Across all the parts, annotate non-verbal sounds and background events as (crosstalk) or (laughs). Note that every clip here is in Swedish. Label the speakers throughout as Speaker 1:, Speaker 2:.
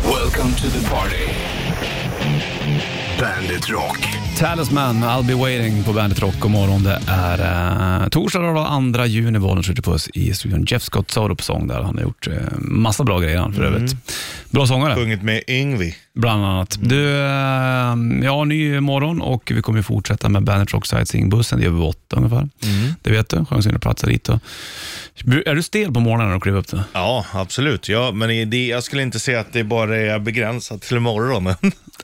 Speaker 1: Welcome to the party. Bandit Rock.
Speaker 2: Talisman, I'll be waiting på Bandet Rock. God morgon. Det är eh, torsdag den 2 juni. Bollen skjuter på oss i studion. Jeff Scott Sorup sång där. Han har gjort eh, massa bra grejer han för
Speaker 3: Mm.
Speaker 2: övrigt. Bra sångare,
Speaker 3: Sjungit med Yngvi.
Speaker 2: bland annat. Du, eh, ja, ny morgon och vi kommer ju fortsätta med Bandet Rock Sightseeing-bussen. Det gör vi vid åtta ungefär.
Speaker 3: Mm.
Speaker 2: Det vet du. Chansen att platsa dit. Och. Är du stel på morgonen när du kliver upp? Då?
Speaker 3: Ja, absolut. Ja, men i- det, jag skulle inte säga att det bara är begränsat till morgonen.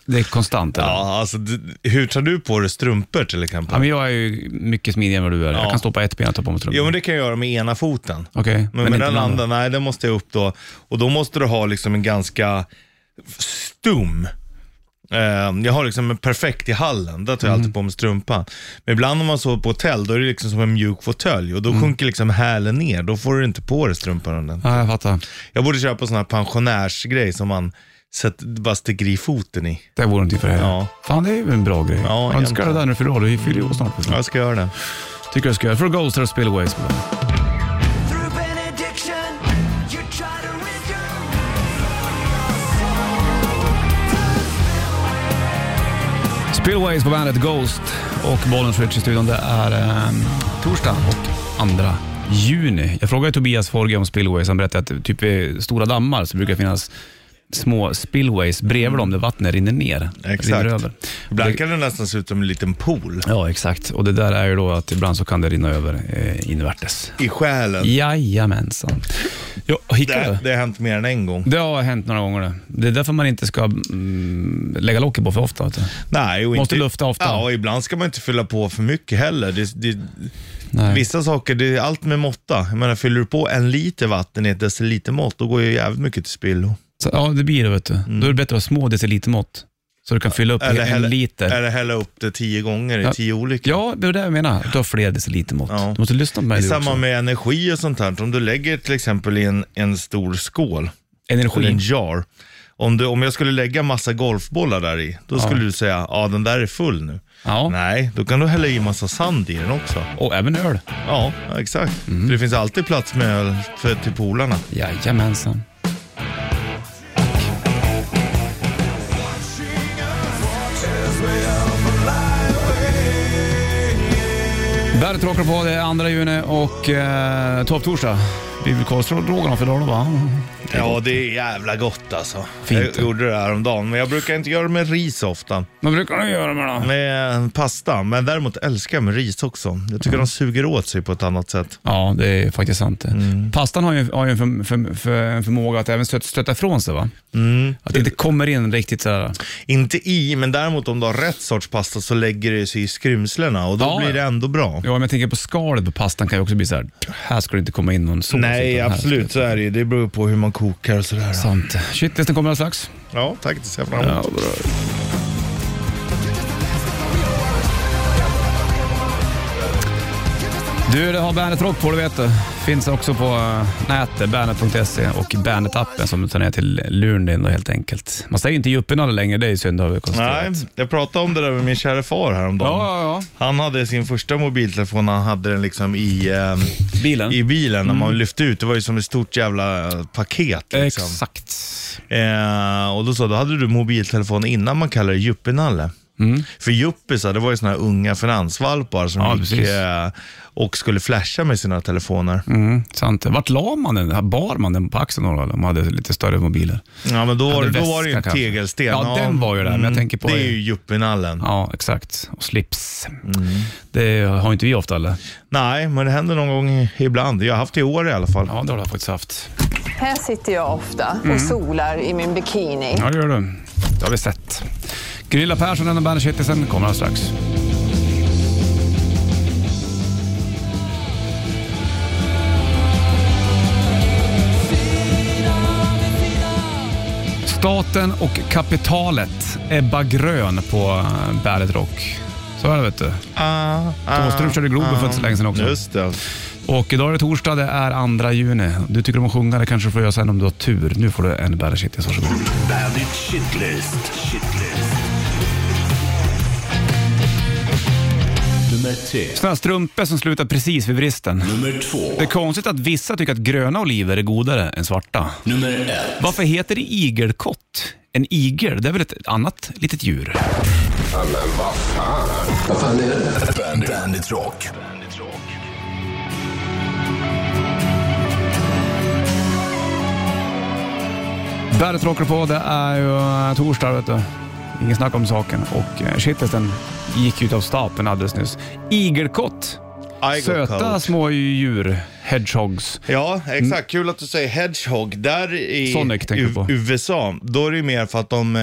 Speaker 2: Det är konstant, eller?
Speaker 3: Ja, alltså, d- hur tar du på dig strumpor till
Speaker 2: Ja,
Speaker 3: exempel?
Speaker 2: men jag är ju mycket smidigare än vad du är. Jag
Speaker 3: Ja.
Speaker 2: kan stå på ett ben och ta på mig strumpor.
Speaker 3: Jo, men det kan jag göra med ena foten.
Speaker 2: Okej,
Speaker 3: Men,
Speaker 2: inte
Speaker 3: med den
Speaker 2: med
Speaker 3: andra, nej, den måste jag upp då. Och då måste du ha liksom en ganska stum. Eh, jag har liksom en perfekt i hallen, där tar jag alltid på mig strumpan. Men ibland om man sover på hotell, då är det liksom som en mjuk fåtölj och då sjunker liksom hälen ner. Då får du inte på dig strumpan under den.
Speaker 2: Ja, jag fattar.
Speaker 3: Jag borde köpa sån här pensionärsgrej som man sätter, bara sticker i foten i.
Speaker 2: Det vore någonting för dig.
Speaker 3: Ja.
Speaker 2: Fan, det är ju en bra grej.
Speaker 3: Ja,
Speaker 2: Ja, du ska
Speaker 3: egentligen.
Speaker 2: göra det där nu för då. Du fyller ju år snart.
Speaker 3: Jag ska göra det.
Speaker 2: Tycker jag ska göra. För Ghost och Spillways på bandet.
Speaker 4: Through benediction, you try to rid your
Speaker 2: Spillways på bandet Ghost och Bollens Rich i studion. Det är eh, torsdag och andra juni. Jag frågade Tobias Forge om spillways. Han berättade att typ vid stora dammar så brukar det finnas små spillways bredvid dem där vattnet rinner ner.
Speaker 3: Exakt.
Speaker 2: Rinner över.
Speaker 3: Ibland kan det nästan se ut som en liten pool
Speaker 2: Ja, exakt. Och det där är ju då att ibland så kan det rinna över eh, invärtes.
Speaker 3: i själen.
Speaker 2: Jajamensan. Ja, hickar
Speaker 3: Det,
Speaker 2: du?
Speaker 3: det har hänt mer än en gång.
Speaker 2: Det har hänt några gånger det. Det är därför man inte ska mm, lägga locket på för ofta. Vet du.
Speaker 3: Nej, och
Speaker 2: Måste
Speaker 3: inte,
Speaker 2: lufta ofta.
Speaker 3: Ja, och ibland ska man inte fylla på för mycket heller. Det, det,
Speaker 2: Nej.
Speaker 3: vissa saker, det är allt med måtta. Jag menar, fyller du på en liter vatten i ett decilitermått, då går ju jävligt mycket till spillo.
Speaker 2: Så, ja, det blir det. Vet du.
Speaker 3: Mm.
Speaker 2: Då är det bättre att ha små decilitermått. Så du kan fylla upp en
Speaker 3: hälla-
Speaker 2: liter.
Speaker 3: eller hälla upp det tio gånger i
Speaker 2: Ja.
Speaker 3: tio olika.
Speaker 2: Ja, det är det jag menar. Du har fler decilitermått.
Speaker 3: Ja.
Speaker 2: Du måste lyssna på
Speaker 3: Det
Speaker 2: mig.
Speaker 3: är
Speaker 2: du
Speaker 3: samma
Speaker 2: också.
Speaker 3: med energi och sånt här. Om du lägger till exempel i en, en stor skål, eller en
Speaker 2: Energi.
Speaker 3: jar. Om, du, om jag skulle lägga massa golfbollar där i, då skulle du säga ja den där är full nu.
Speaker 2: Ja.
Speaker 3: Nej, då kan du hälla i massa sand i den också.
Speaker 2: Och även öl.
Speaker 3: Ja, exakt.
Speaker 2: Mhm.
Speaker 3: För det finns alltid plats med öl för, till polarna.
Speaker 2: Jajamensan. Bandet rockar på, det är 2 juni och eh, topptorsdag. Vi vill korvstroganoff för idag då va?
Speaker 3: Ja, det är jävla gott alltså.
Speaker 2: Fint.
Speaker 3: Jag gjorde det här om dagen, men jag brukar inte göra det med ris ofta.
Speaker 2: Vad brukar du göra med det?
Speaker 3: Med pasta, men däremot älskar jag med ris också. Jag
Speaker 2: Mhm.
Speaker 3: tycker de suger åt sig på ett annat sätt.
Speaker 2: Ja, det är faktiskt sant det.
Speaker 3: Mm.
Speaker 2: Pastan har ju, har ju en för, för, för, en förmåga att även stöt, stöta ifrån sig va? Att det inte kommer in riktigt sådär.
Speaker 3: Mm. Inte i, men däremot om du har rätt sorts pasta så lägger det sig i skrymslena och då
Speaker 2: Ja.
Speaker 3: blir det ändå bra.
Speaker 2: Ja, men jag tänker på skalet på pastan kan ju också bli så här. här ska det inte komma in någon sås.
Speaker 3: Nej,
Speaker 2: utan här
Speaker 3: absolut
Speaker 2: ska
Speaker 3: så
Speaker 2: det-
Speaker 3: är det ju. Det beror på hur man kokar och sådär.
Speaker 2: Sant. Shit, det kommer alldeles strax.
Speaker 3: Ja, tack. Det ser jag fram emot.
Speaker 2: Du, det har Bandet Rock på, det vet du. Finns också på eh, nätet, bandet.se och Bandet-appen som du tar ner till luren din då, helt enkelt. Man säger ju inte Juppinalle längre, det är ju synd, det har vi konstaterat.
Speaker 3: Nej, jag pratade om det där med min kära far häromdagen.
Speaker 2: Ja, ja,
Speaker 3: Han hade sin första mobiltelefon, han hade den liksom i, ehm,
Speaker 2: ja. Bilen?
Speaker 3: i bilen när
Speaker 2: Mm.
Speaker 3: man lyfte ut. Det var ju som ett stort jävla eh, paket. Liksom.
Speaker 2: Exakt.
Speaker 3: Eh, och då sa då hade du mobiltelefon innan man kallade det juppinalle. För juppisar, det var ju såna här unga finansvalpar som
Speaker 2: Mm. Ja,
Speaker 3: gick
Speaker 2: precis.
Speaker 3: eh, och skulle flasha med sina telefoner.
Speaker 2: Mm, sant. Vart la man den? Här Bar man den på axeln då, eller? om man hade lite större mobiler?
Speaker 3: Ja, men då, var
Speaker 2: Hade
Speaker 3: det- då var det ju
Speaker 2: väska
Speaker 3: en
Speaker 2: kanske.
Speaker 3: tegelsten. Mm,
Speaker 2: Ja, den var ju där, men jag tänker på-
Speaker 3: Det är ju juppinallen.
Speaker 2: Ja, exakt. Och slips.
Speaker 3: Mm.
Speaker 2: Det har inte vi ofta eller?
Speaker 3: Nej, men det händer någon gång ibland. Jag har haft det i år i alla fall.
Speaker 2: Ja, det har jag faktiskt haft.
Speaker 5: Här sitter jag ofta och solar i min bikini.
Speaker 2: Ja, det gör du. Det har vi sett. Grilla Persson och Bandet-kittelsen kommer alldeles strax. Staten och kapitalet. Ebba Grön på eh, Bandet Rock. Så är det vet du.
Speaker 3: Ah, ah,
Speaker 2: Thåström körde Globen för inte så länge sedan också.
Speaker 3: Just det.
Speaker 2: Och idag är det torsdag, det är 2 juni. Du tycker om att sjunga, det kanske du får göra sen om du har tur. Nu får du en Bandet Kittis, varsågod.
Speaker 1: Bandit Shitlist. Shitlist. Nummer tre.
Speaker 2: Sådana här strumpor som slutar precis vid vristen.
Speaker 1: Nummer två.
Speaker 2: Det är konstigt att vissa tycker att gröna oliver är godare än svarta.
Speaker 1: Nummer ett.
Speaker 2: Varför heter det igelkott En igel, det är väl ett annat litet djur?
Speaker 1: Bandit, Bandit Rock. Bandit Rock.
Speaker 2: Bandet Rockar på, det är ju eh, torsdag vet du. Ingen snack om saken. Och eh, shitlisten gick ut av stapeln alldeles nyss. Igelkott.
Speaker 3: I got
Speaker 2: Söta
Speaker 3: cold.
Speaker 2: små djur. Hedgehogs.
Speaker 3: Ja, exakt. Kul att du säger hedgehog. Där i
Speaker 2: Sonic tänker du på.
Speaker 3: USA, då är det ju mer för att de eh,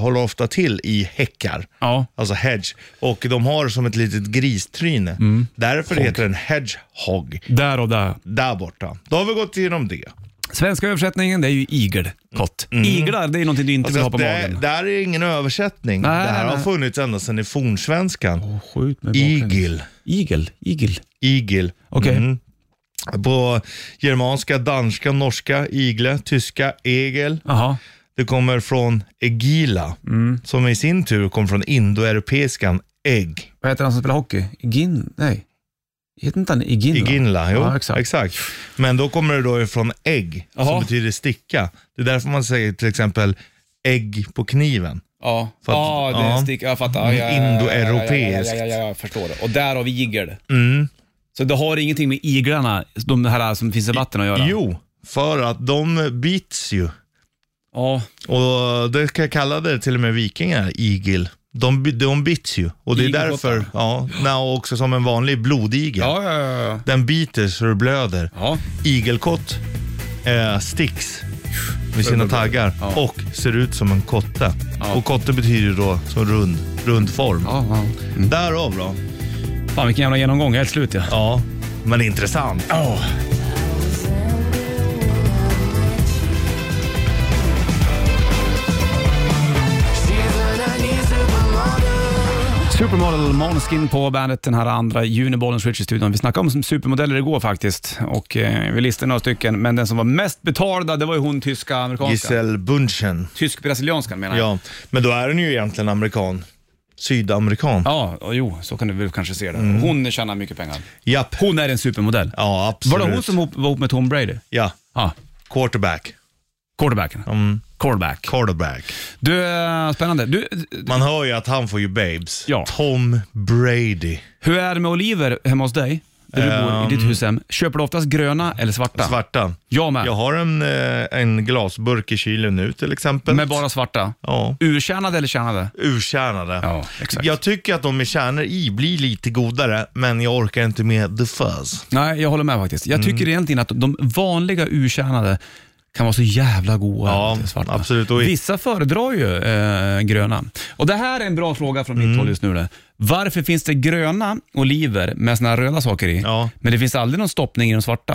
Speaker 3: håller ofta till i häckar.
Speaker 2: Ja.
Speaker 3: Alltså hedge. Och de har som ett litet gristryne.
Speaker 2: Mm.
Speaker 3: Därför heter den hedgehog.
Speaker 2: Där och där.
Speaker 3: Där borta. Då har vi gått igenom det.
Speaker 2: Svenska översättningen det är ju igelkott. Iglar, det är någonting du inte vill ha på
Speaker 3: Alltså, det,
Speaker 2: magen.
Speaker 3: där är ingen översättning.
Speaker 2: Nej,
Speaker 3: det här
Speaker 2: nej,
Speaker 3: har
Speaker 2: nej.
Speaker 3: funnits ända sedan i fornsvenskan.
Speaker 2: Skjut med
Speaker 3: Igel.
Speaker 2: Igel. Igel.
Speaker 3: Igel.
Speaker 2: Okej.
Speaker 3: Mm. På germanska, danska, norska, igle, tyska, egel.
Speaker 2: Jaha.
Speaker 3: Det kommer från egila,
Speaker 2: Mm.
Speaker 3: som i sin tur kom från indoeuropeiskan egg.
Speaker 2: Vad heter han som spelar hockey? Igin? Nej. Heter inte han Iginla?
Speaker 3: Iginla, jo,
Speaker 2: Ja,
Speaker 3: exakt.
Speaker 2: exakt.
Speaker 3: Men då kommer det då ifrån ägg,
Speaker 2: Jaha.
Speaker 3: som betyder sticka. Det är därför man säger till exempel ägg på kniven.
Speaker 2: Ja,
Speaker 3: För att-
Speaker 2: ja det
Speaker 3: ja.
Speaker 2: sticker. Jag fattar. Ja, ja, ja, ja,
Speaker 3: Indoeuropeiskt.
Speaker 2: Ja, ja, ja, ja, jag förstår det. Och där har vi igel. Så det har ingenting med iglarna, de här som finns i vatten att göra?
Speaker 3: Jo, för att de bits ju.
Speaker 2: Ja.
Speaker 3: Och det kan jag kalla det till och med vikingar, igel. De, bi- de bits ju. Och det är
Speaker 2: Igelkottar.
Speaker 3: därför, ja, na, och också som en vanlig blodigel.
Speaker 2: Ja, ja, ja, ja.
Speaker 3: Den biter så du blöder.
Speaker 2: ja.
Speaker 3: Igelkott eh, sticks med sina taggar och ser ut som en kotte. Och kotte betyder ju då som rund, rund form. Mm.
Speaker 2: ja, ja.
Speaker 3: Därav då.
Speaker 2: Fan vilken jävla genomgång, jag är helt slut ja.
Speaker 3: Ja, men intressant.
Speaker 2: Supermodel Måneskin på bandet den här andra juni, Bollens Rich i studion. Vi snackade om supermodeller igår faktiskt och eh, vi listade några stycken, men den som var mest betalda det var ju hon tyska, amerikanska.
Speaker 3: Giselle Bunchen.
Speaker 2: Tysk-brasilianskan menar jag.
Speaker 3: Ja, men då är den ju egentligen amerikan. Sydamerikan.
Speaker 2: Ja, och jo, så kan du väl kanske se det. Hon tjänar mycket pengar.
Speaker 3: Japp.
Speaker 2: Mm. Hon är en supermodell.
Speaker 3: Ja,
Speaker 2: Var
Speaker 3: absolut.
Speaker 2: det hon som hop- var ihop med Tom Brady?
Speaker 3: Ja,
Speaker 2: Ja,
Speaker 3: quarterback.
Speaker 2: quarterbacken. Mm. Quarterback.
Speaker 3: Quarterback.
Speaker 2: Du, eh, spännande. Du, eh,
Speaker 3: Man hör ju att han får ju babes.
Speaker 2: Ja.
Speaker 3: Tom Brady.
Speaker 2: hur är det med oliver hemma hos dig? Där du bor, i ditt hushem. Köper du oftast gröna eller Ehm. svarta?
Speaker 3: Svarta.
Speaker 2: Jag med.
Speaker 3: Jag har en, eh, en glasburk i kylen nu till exempel.
Speaker 2: Med bara svarta?
Speaker 3: Ja.
Speaker 2: Urkärnade eller kärnade?
Speaker 3: Urkärnade.
Speaker 2: Ja, exakt.
Speaker 3: Jag tycker att de med kärnor i blir lite godare, men jag orkar inte med the fuzz.
Speaker 2: Nej, jag håller med faktiskt. Jag
Speaker 3: Mm.
Speaker 2: tycker egentligen att de vanliga urkärnade kan vara så jävla goda.
Speaker 3: Ja,
Speaker 2: till svarta.
Speaker 3: absolut. Och i-
Speaker 2: Vissa föredrar ju eh, gröna. Och Det här är en bra fråga från
Speaker 3: Mm.
Speaker 2: mitt håll just nu. Det. Varför finns det gröna oliver med såna här röda saker i,
Speaker 3: Ja.
Speaker 2: men det finns aldrig någon stoppning i de svarta?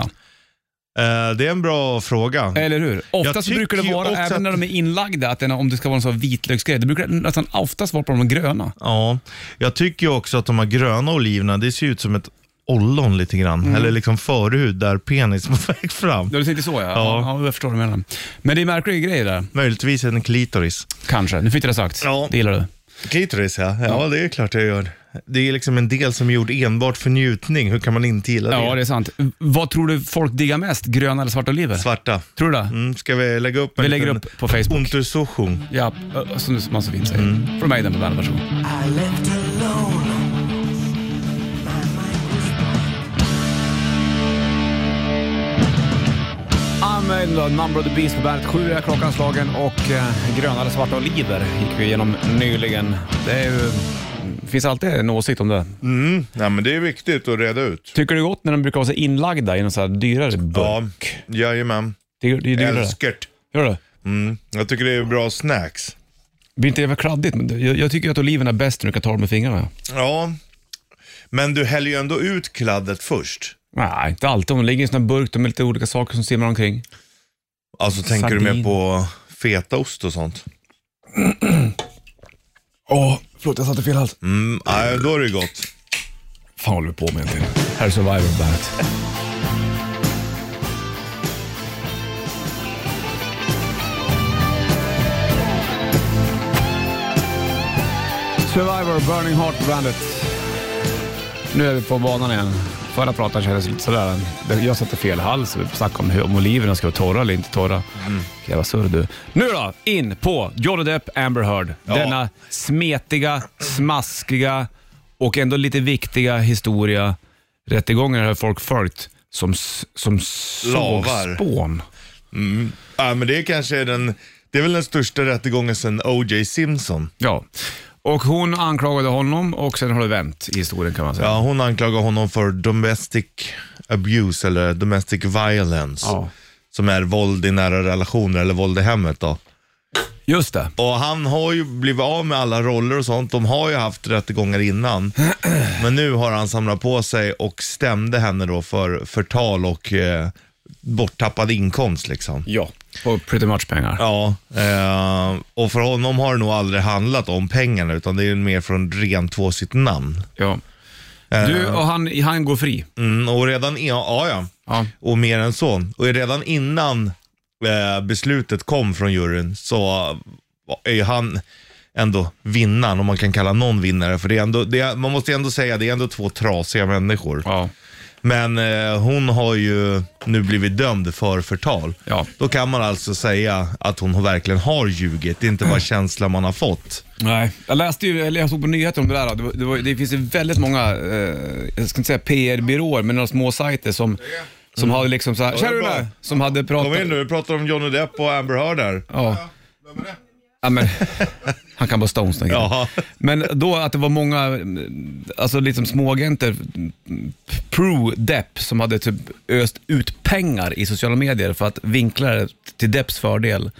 Speaker 3: Eh, det är en bra fråga.
Speaker 2: Eller hur? Oftast
Speaker 3: tycker
Speaker 2: brukar det
Speaker 3: ju
Speaker 2: vara,
Speaker 3: också
Speaker 2: även
Speaker 3: att-
Speaker 2: när de är inlagda, att den, om det ska vara en sån här vitlöksgrej, det brukar nästan oftast vara på de gröna.
Speaker 3: Ja, jag tycker ju också att de här gröna oliverna, det ser ju ut som ett ollon lite grann. Eller liksom förhud där penis (laughs) på väg fram.
Speaker 2: Mm. Ja, Du tänkte så ja.
Speaker 3: Ja.
Speaker 2: ja. Jag förstår vad du menar. Men det är märkliga grejer där,
Speaker 3: Möjligtvis en klitoris.
Speaker 2: kanske. Nu fick du det sagt.
Speaker 3: Ja.
Speaker 2: Det gillar du.
Speaker 3: Klitoris ja, ja det är klart jag gör. Det är liksom en del som är gjord enbart för njutning. Hur kan man inte gilla det?
Speaker 2: Ja, det är sant. Vad tror du folk diggar mest? Gröna eller svarta oliver?
Speaker 3: Svarta.
Speaker 2: Tror du det?
Speaker 3: Mm, ska vi lägga upp en
Speaker 2: Vi lägger
Speaker 3: liten
Speaker 2: upp på Facebook. Mm.
Speaker 3: Untersuchung.
Speaker 2: Ja, ö, som du- som man så fint säger. Från mig den på bandet, varsågod.
Speaker 4: I left alone. My mind was
Speaker 2: Unmade då, Number of the Beast på bandet. Sju är klockan slagen och eh, gröna eller svarta oliver gick vi igenom nyligen. Det är ju... finns alltid en åsikt om det.
Speaker 3: Ja, men det är viktigt att reda ut.
Speaker 2: Tycker du det är gott när de brukar vara så inlagda i någon så här dyrare burk?
Speaker 3: Ja, jajamän.
Speaker 2: Det, det är dyrare.
Speaker 3: Älskert.
Speaker 2: Gör du?
Speaker 3: Mm. Jag tycker det är bra snacks.
Speaker 2: Blir inte det för kladdigt? Men det- Jag, jag tycker att oliverna är bäst när du kan ta dem med fingrarna.
Speaker 3: Ja, men du häller ju ändå ut kladdet först.
Speaker 2: Nej, inte alltid. Om de ligger i en sån här burk, de är lite olika saker som simmar omkring.
Speaker 3: Alltså tänker du
Speaker 2: Sardin.
Speaker 3: mer på fetaost och sånt?
Speaker 2: (clears throat) Åh, förlåt jag satte fel hals.
Speaker 3: Mm, nej, då är det gott.
Speaker 2: fan håller du på med egentligen? Här är Survivor på bandet. Survivor, Burning Heart på bandet. Nu är vi på banan igen. Förra pratan kändes lite sådär. Jag satte fel hals. Vi snackade om hur om oliverna ska vara torra eller inte torra.
Speaker 3: Mm.
Speaker 2: Jävla surr du. Nu då, in på Johnny Depp, Amber Heard.
Speaker 3: Ja.
Speaker 2: Denna smetiga, smaskiga och ändå lite viktiga historia. Rättegångar har folk följt som, s- som såg
Speaker 3: Lavar.
Speaker 2: spån.
Speaker 3: Ja, men det är kanske den, det är väl den största rättegången sedan O.J. Simpson.
Speaker 2: Ja. Och hon anklagade honom och sen har det vänt i historien kan man säga.
Speaker 3: Ja, hon anklagar honom för domestic abuse eller domestic violence.
Speaker 2: Ja.
Speaker 3: Som är våld i nära relationer eller våld i hemmet då.
Speaker 2: Just det.
Speaker 3: Och han har ju blivit av med alla roller och sånt. De har ju haft rättegångar innan. (clears throat) Men nu har han samlat på sig och stämde henne då för förtal och eh, borttappad inkomst liksom.
Speaker 2: Ja. Och pretty much pengar.
Speaker 3: Ja, eh, och för honom har det nog aldrig handlat om pengarna utan det är ju mer från rent två sitt namn.
Speaker 2: Ja. Du och han, han går fri.
Speaker 3: Eh. Mm, och redan, i- ja, ja
Speaker 2: Ja.
Speaker 3: och mer än så. Och redan innan eh, beslutet kom från juryn så är ju han ändå vinnaren, om man kan kalla någon vinnare. För det är ändå, det är, man måste ju ändå säga, det är ändå två trasiga människor.
Speaker 2: Ja.
Speaker 3: Men eh, hon har ju nu blivit dömd för förtal.
Speaker 2: Ja.
Speaker 3: Då kan man alltså säga att hon verkligen har ljugit, det är inte bara känslan man har fått.
Speaker 2: Nej. Jag läste ju, eller jag såg på nyheter om det där. då. Det, var- det, var, det finns ju väldigt många, eh, jag ska inte säga PR-byråer, men några små sajter som, som hade liksom så här,
Speaker 3: Mm. det är
Speaker 2: Tja du
Speaker 3: bra.
Speaker 2: där! Som hade pratat...
Speaker 3: Kom in nu, vi pratar om Johnny Depp och Amber Heard här.
Speaker 2: Ja. Ja, men, han kan bara Stones den killen.
Speaker 3: Jaha.
Speaker 2: Men då att det var många, mm, alltså liksom småagenter, mm, pro Depp, som hade typ öst ut pengar i sociala medier för att vinkla det till Depps fördel. Eh,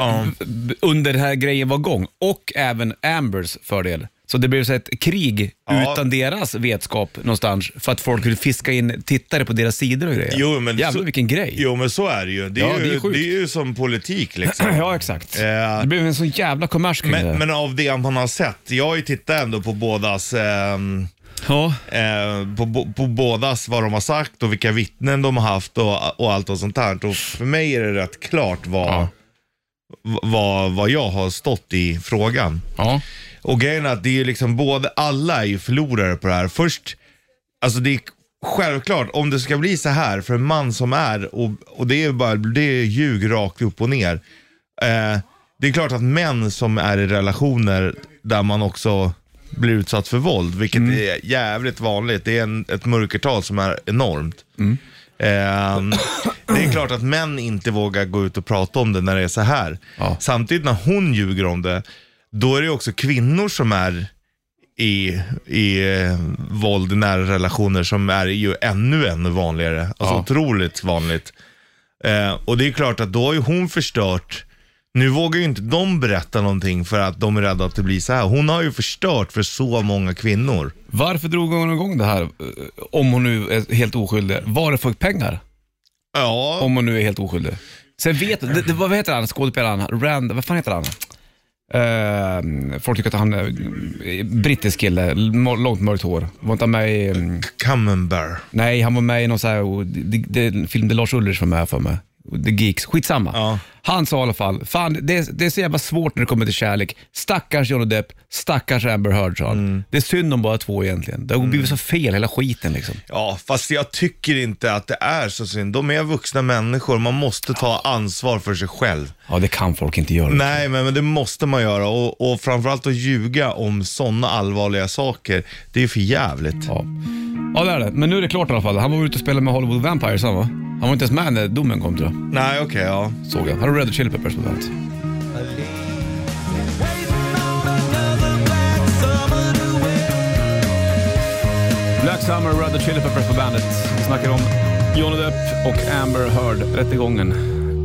Speaker 3: Ja.
Speaker 2: B- Under den här grejen var gång. Och även Ambers fördel. Så det blev så ett krig
Speaker 3: Ja.
Speaker 2: utan deras vetskap någonstans för att folk kunde fiska in tittare på deras sidor och grejer.
Speaker 3: Jo, men
Speaker 2: Jävlar
Speaker 3: så-
Speaker 2: vilken grej.
Speaker 3: Jo men så är det ju. Det är,
Speaker 2: Ja,
Speaker 3: ju,
Speaker 2: det är sjukt.
Speaker 3: det är ju som politik liksom.
Speaker 2: (clears throat) Ja, exakt.
Speaker 3: Eh,
Speaker 2: Det blev en sån jävla kommers kring det.
Speaker 3: Men, men av det man har sett, jag har ju tittat ändå på bådas, ehm,
Speaker 2: ja.
Speaker 3: eh, på, bo- på bådas vad de har sagt och vilka vittnen de har haft och, och allt och sånt där. Och för mig är det rätt klart vad,
Speaker 2: Ja.
Speaker 3: v- vad, vad jag har stått i frågan.
Speaker 2: Ja.
Speaker 3: Och grejen är att det är ju liksom både, alla är ju förlorare på det här. Först, alltså det är självklart, om det ska bli så här för en man som är, och, och det är ju bara, det är ljug rakt upp och ner. Eh, det är klart att män som är i relationer där man också blir utsatt för våld, vilket
Speaker 2: Mm.
Speaker 3: är jävligt vanligt, det är en, ett mörkertal som är enormt.
Speaker 2: Mm.
Speaker 3: Ehm, det är klart att män inte vågar gå ut och prata om det när det är så här.
Speaker 2: Ja.
Speaker 3: Samtidigt när hon ljuger om det, då är det också kvinnor som är i, i eh, våld i nära relationer som är ju ännu, ännu vanligare. Alltså
Speaker 2: Ja.
Speaker 3: otroligt vanligt. Eh, och det är klart att då har ju hon förstört nu vågar ju inte de berätta någonting för att de är rädda att det blir så här. Hon har ju förstört för så många kvinnor.
Speaker 2: Varför drog hon igång det här? eh, Om hon nu är helt oskyldig. Var det för pengar?
Speaker 3: Ja,
Speaker 2: Om hon nu är helt oskyldig. Sen vet det, det, vad heter han, skådespelaren, Rand, vad fan heter han? Eh, folk tycker att han är eh, brittisk kille, l- långt mörkt hår. Var inte han med i, mm,
Speaker 3: Camembert.
Speaker 2: nej han var med i någon så här, och det, det, det, film där Lars Ulrich var med för mig. Och The Geeks, skitsamma.
Speaker 3: Ja.
Speaker 2: Han sa i alla fall, fan det, är- det är så jävla svårt när det kommer till kärlek. Stackars Johnny Depp, stackars Amber Heard sa han.
Speaker 3: Mm.
Speaker 2: Det är synd om bara två egentligen. Det har blivit så fel hela skiten liksom.
Speaker 3: Ja, fast jag tycker inte att det är så synd. De är vuxna människor, man måste ta ansvar för sig själv.
Speaker 2: Ja, det kan folk inte göra.
Speaker 3: Nej, men, men det måste man göra och, och framförallt att ljuga om sådana allvarliga saker, det är för jävligt.
Speaker 2: Ja. ja, det är det. Men nu är det klart i alla fall. Han var ute och spelade med Hollywood Vampires han va? Han var inte ens med när domen kom tror jag.
Speaker 3: Nej, okej, ja.
Speaker 2: Såg jag. Han har Red Hot Chili Peppers på bandet. Black Summer, Red Hot Chili Peppers på bandet. Vi snackar om Johnny Depp och Amber Heard, rättegången.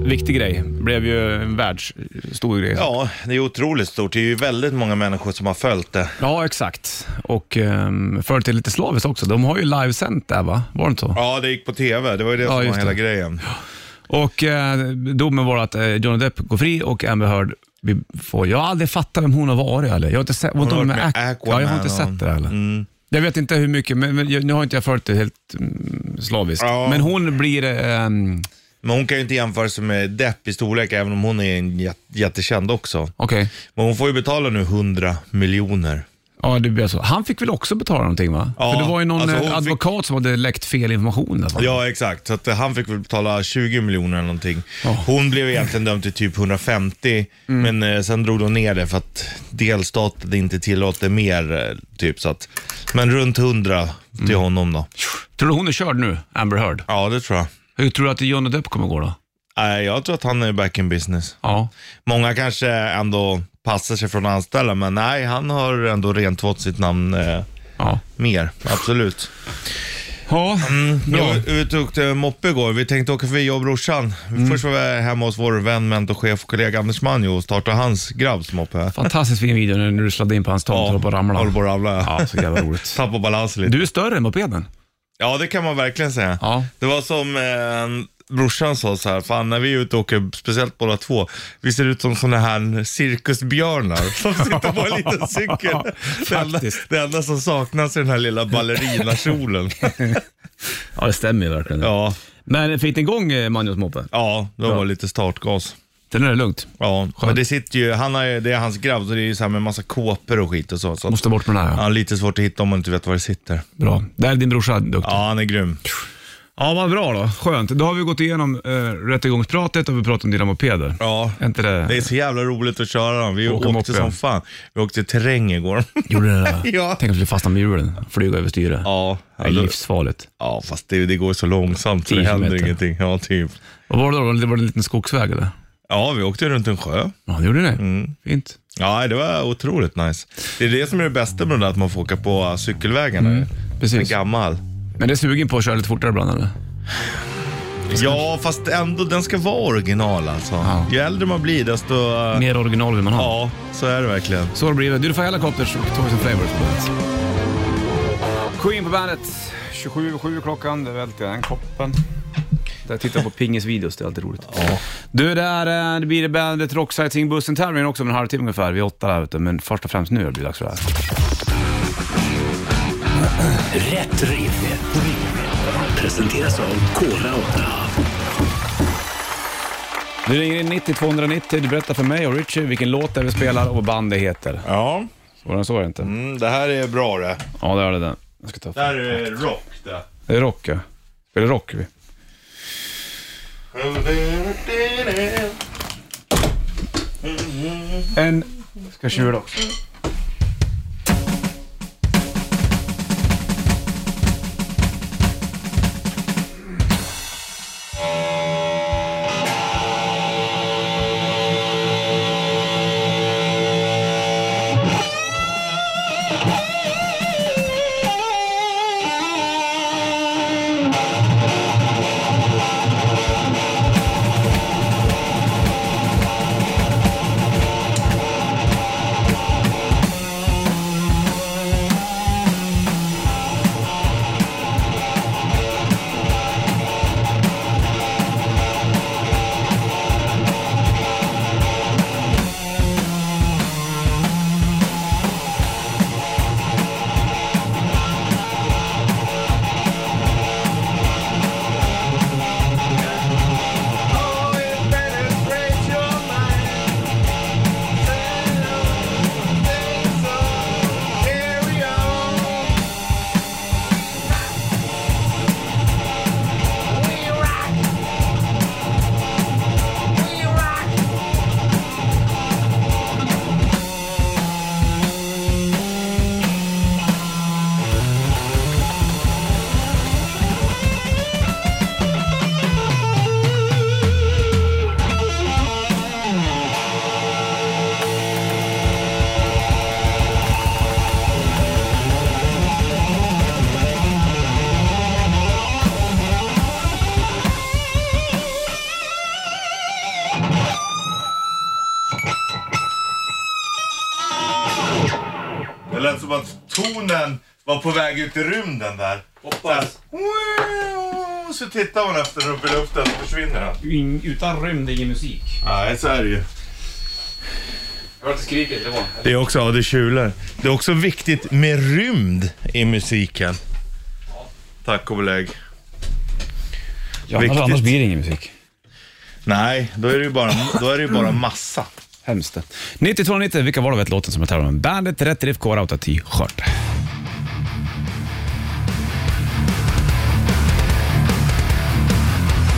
Speaker 2: Viktig grej. Blev ju en världsstor grej.
Speaker 3: Ja, det är otroligt stort. Det är ju väldigt många människor som har följt det.
Speaker 2: Ja, exakt. Och um, förut är det lite slaviskt också. De har ju livesänt där va? Var det inte så?
Speaker 3: Ja, det gick på tv. Det var ju det
Speaker 2: Ja,
Speaker 3: som var
Speaker 2: just
Speaker 3: hela
Speaker 2: det.
Speaker 3: grejen.
Speaker 2: Och eh, domen var att eh, Johnny Depp går fri och Amber Heard vi får, jag har aldrig fattat vem hon har varit eller. Jag har inte sett, hon
Speaker 3: har
Speaker 2: har
Speaker 3: varit
Speaker 2: med
Speaker 3: med
Speaker 2: Aqu- ja, jag har
Speaker 3: Aquaman
Speaker 2: inte
Speaker 3: och- Mm.
Speaker 2: sett det eller. Jag vet inte hur mycket, men, men jag- nu har inte jag följt det helt mm, slaviskt.
Speaker 3: Ja.
Speaker 2: Men hon blir, ehm,
Speaker 3: Men hon kan ju inte jämföra sig med Depp i storlek, även om hon är en jät- jättekänd också.
Speaker 2: okej,
Speaker 3: Men hon får ju betala nu 100 miljoner.
Speaker 2: Ja, det blev så. Han fick väl också betala någonting va?
Speaker 3: Ja,
Speaker 2: För det var ju någon
Speaker 3: alltså,
Speaker 2: eh,
Speaker 3: hon fick-
Speaker 2: advokat som hade läckt fel information. Alltså.
Speaker 3: Ja, exakt. Så att eh, han fick väl betala 20 miljoner eller någonting. Hon blev egentligen dömd till typ 150,
Speaker 2: Mm.
Speaker 3: men eh, sen drog de ner det för att delstaten inte tillåter mer. eh, Typ, så att, men runt 100 till
Speaker 2: Mm.
Speaker 3: honom då.
Speaker 2: Tror du hon är körd nu, Amber Heard?
Speaker 3: Ja, det tror jag.
Speaker 2: Hur tror du att Johnny Depp kommer gå då?
Speaker 3: Nej, jag tror att han är back in business.
Speaker 2: Ja.
Speaker 3: Många kanske ändå passar sig från att anställa, men nej, han har ändå rentvått sitt namn eh,
Speaker 2: Ja.
Speaker 3: mer. Absolut.
Speaker 2: Ja,
Speaker 3: Jag
Speaker 2: bra.
Speaker 3: var ute och åkte moppe igår. Vi tänkte åka förbi jag och brorsan.
Speaker 2: Mm.
Speaker 3: Först var vi hemma hos vår vän, mentorchef och kollega Anders Manjo och startade hans grabbs moppe.
Speaker 2: Fantastiskt fin video när du sladdade in på hans tomt och höll på att ramla.
Speaker 3: Håller på att ramla.
Speaker 2: Ja, så jävla roligt.
Speaker 3: Tappade balansen
Speaker 2: (laughs)
Speaker 3: lite.
Speaker 2: Du är större än mopeden.
Speaker 3: Ja, det kan man verkligen säga.
Speaker 2: Ja.
Speaker 3: Det var som eh, brorsan sa så här, fan när vi är ute och åker, speciellt båda två, vi ser ut som sådana här cirkusbjörnar (laughs) som sitter på en
Speaker 2: (laughs)
Speaker 3: liten cykel. Det enda,
Speaker 2: Faktiskt.
Speaker 3: det enda som saknas är den här
Speaker 2: (laughs)
Speaker 3: lilla ballerinakjolen.
Speaker 2: Ja, det stämmer ju verkligen.
Speaker 3: ja,
Speaker 2: Men fick ni igång eh, Manjos moppe?
Speaker 3: ja, det var lite startgas.
Speaker 2: Den är det lugnt.
Speaker 3: Ja, men det sitter ju, han har, ju- det är hans grabb så det är ju så här med massa kåpor och skit och så. så att-
Speaker 2: Måste bort med den här.
Speaker 3: Ja,
Speaker 2: Ja.
Speaker 3: lite svårt att hitta om man inte vet var det sitter.
Speaker 2: Bra. Där är din brorsa duktig.
Speaker 3: Ja, han är grym.
Speaker 2: Ja, vad bra då. Skönt. Då har vi gått igenom eh, rättegångspratet och vi pratat om dina mopeder.
Speaker 3: Ja.
Speaker 2: Är inte det...
Speaker 3: Det är så jävla roligt att köra dem. Vi
Speaker 2: Åka
Speaker 3: åkte
Speaker 2: moppe.
Speaker 3: som fan. Vi åkte terräng igår.
Speaker 2: Gjorde det där?
Speaker 3: (laughs) Ja.
Speaker 2: Tänk om du skulle fastna med hjulen flyga över styret.
Speaker 3: Ja,
Speaker 2: Det är livsfarligt.
Speaker 3: ja fast det, det går så långsamt så det
Speaker 2: 10
Speaker 3: händer
Speaker 2: meter.
Speaker 3: ingenting. Ja, typ.
Speaker 2: Vad var det då? Det var en liten skogsväg eller?
Speaker 3: Ja, vi åkte runt en sjö.
Speaker 2: Ja, det gjorde det.
Speaker 3: Mm.
Speaker 2: Fint.
Speaker 3: Ja, det var otroligt nice. Det är det som är det bästa med det där, att man får åka på äh, cykelvägarna.
Speaker 2: precis.
Speaker 3: Man är gammal.
Speaker 2: Men det är sugen på att köra lite fortare ibland eller?
Speaker 3: Ja, fast ändå, den ska vara original alltså. Ju äldre man blir desto... äh,
Speaker 2: Mer original vill man ha.
Speaker 3: Ja, så är det verkligen.
Speaker 2: Så har det blivit. Du, du får Helicopters och Toys and Flavors på bandet. Queen på bandet. 27.07 klockan. Det välter jag den koppen. Där tittar jag på pingisvideos, det är alltid roligt. Du, det, är, eh, det blir bandet Rock Sightseeing bussen tävlingen också om en halvtimme ungefär. Vi är åtta där ute, men först och främst nu är det dags för det här.
Speaker 1: Rätt riff. Presenteras av Kora 8.
Speaker 2: Du ringer in 90 290. Du berättar för mig och Richie vilken låt det är vi spelar och vad bandet heter.
Speaker 3: Ja,
Speaker 2: Svårare än så är det inte.
Speaker 3: mm, det här är bra det.
Speaker 2: Ja, det är det. Där. Jag ska ta
Speaker 3: Det här är rock det.
Speaker 2: Det är rock, ja. Spelar rock vi. En... Ska tjura också.
Speaker 3: Det lät som att tonen var på väg ut i rymden där. Hoppas. Så tittar man efter den uppe i luften så försvinner den.
Speaker 2: Utan rymd, ingen musik.
Speaker 3: Nej, så är det ju.
Speaker 2: Hörde skriket, det var.
Speaker 3: Det är också, ja det tjular. Det är också viktigt med rymd i musiken. Tack och belägg.
Speaker 2: Ja,
Speaker 3: Viktigt.
Speaker 2: annars blir det ingen musik.
Speaker 3: Nej, då är det ju bara, då är det ju bara massa.
Speaker 2: Hemskt. 9290, vilka var det vet låten som jag tävlar om? Bandet, Rätt Riff, K-Rauta, T-shirt.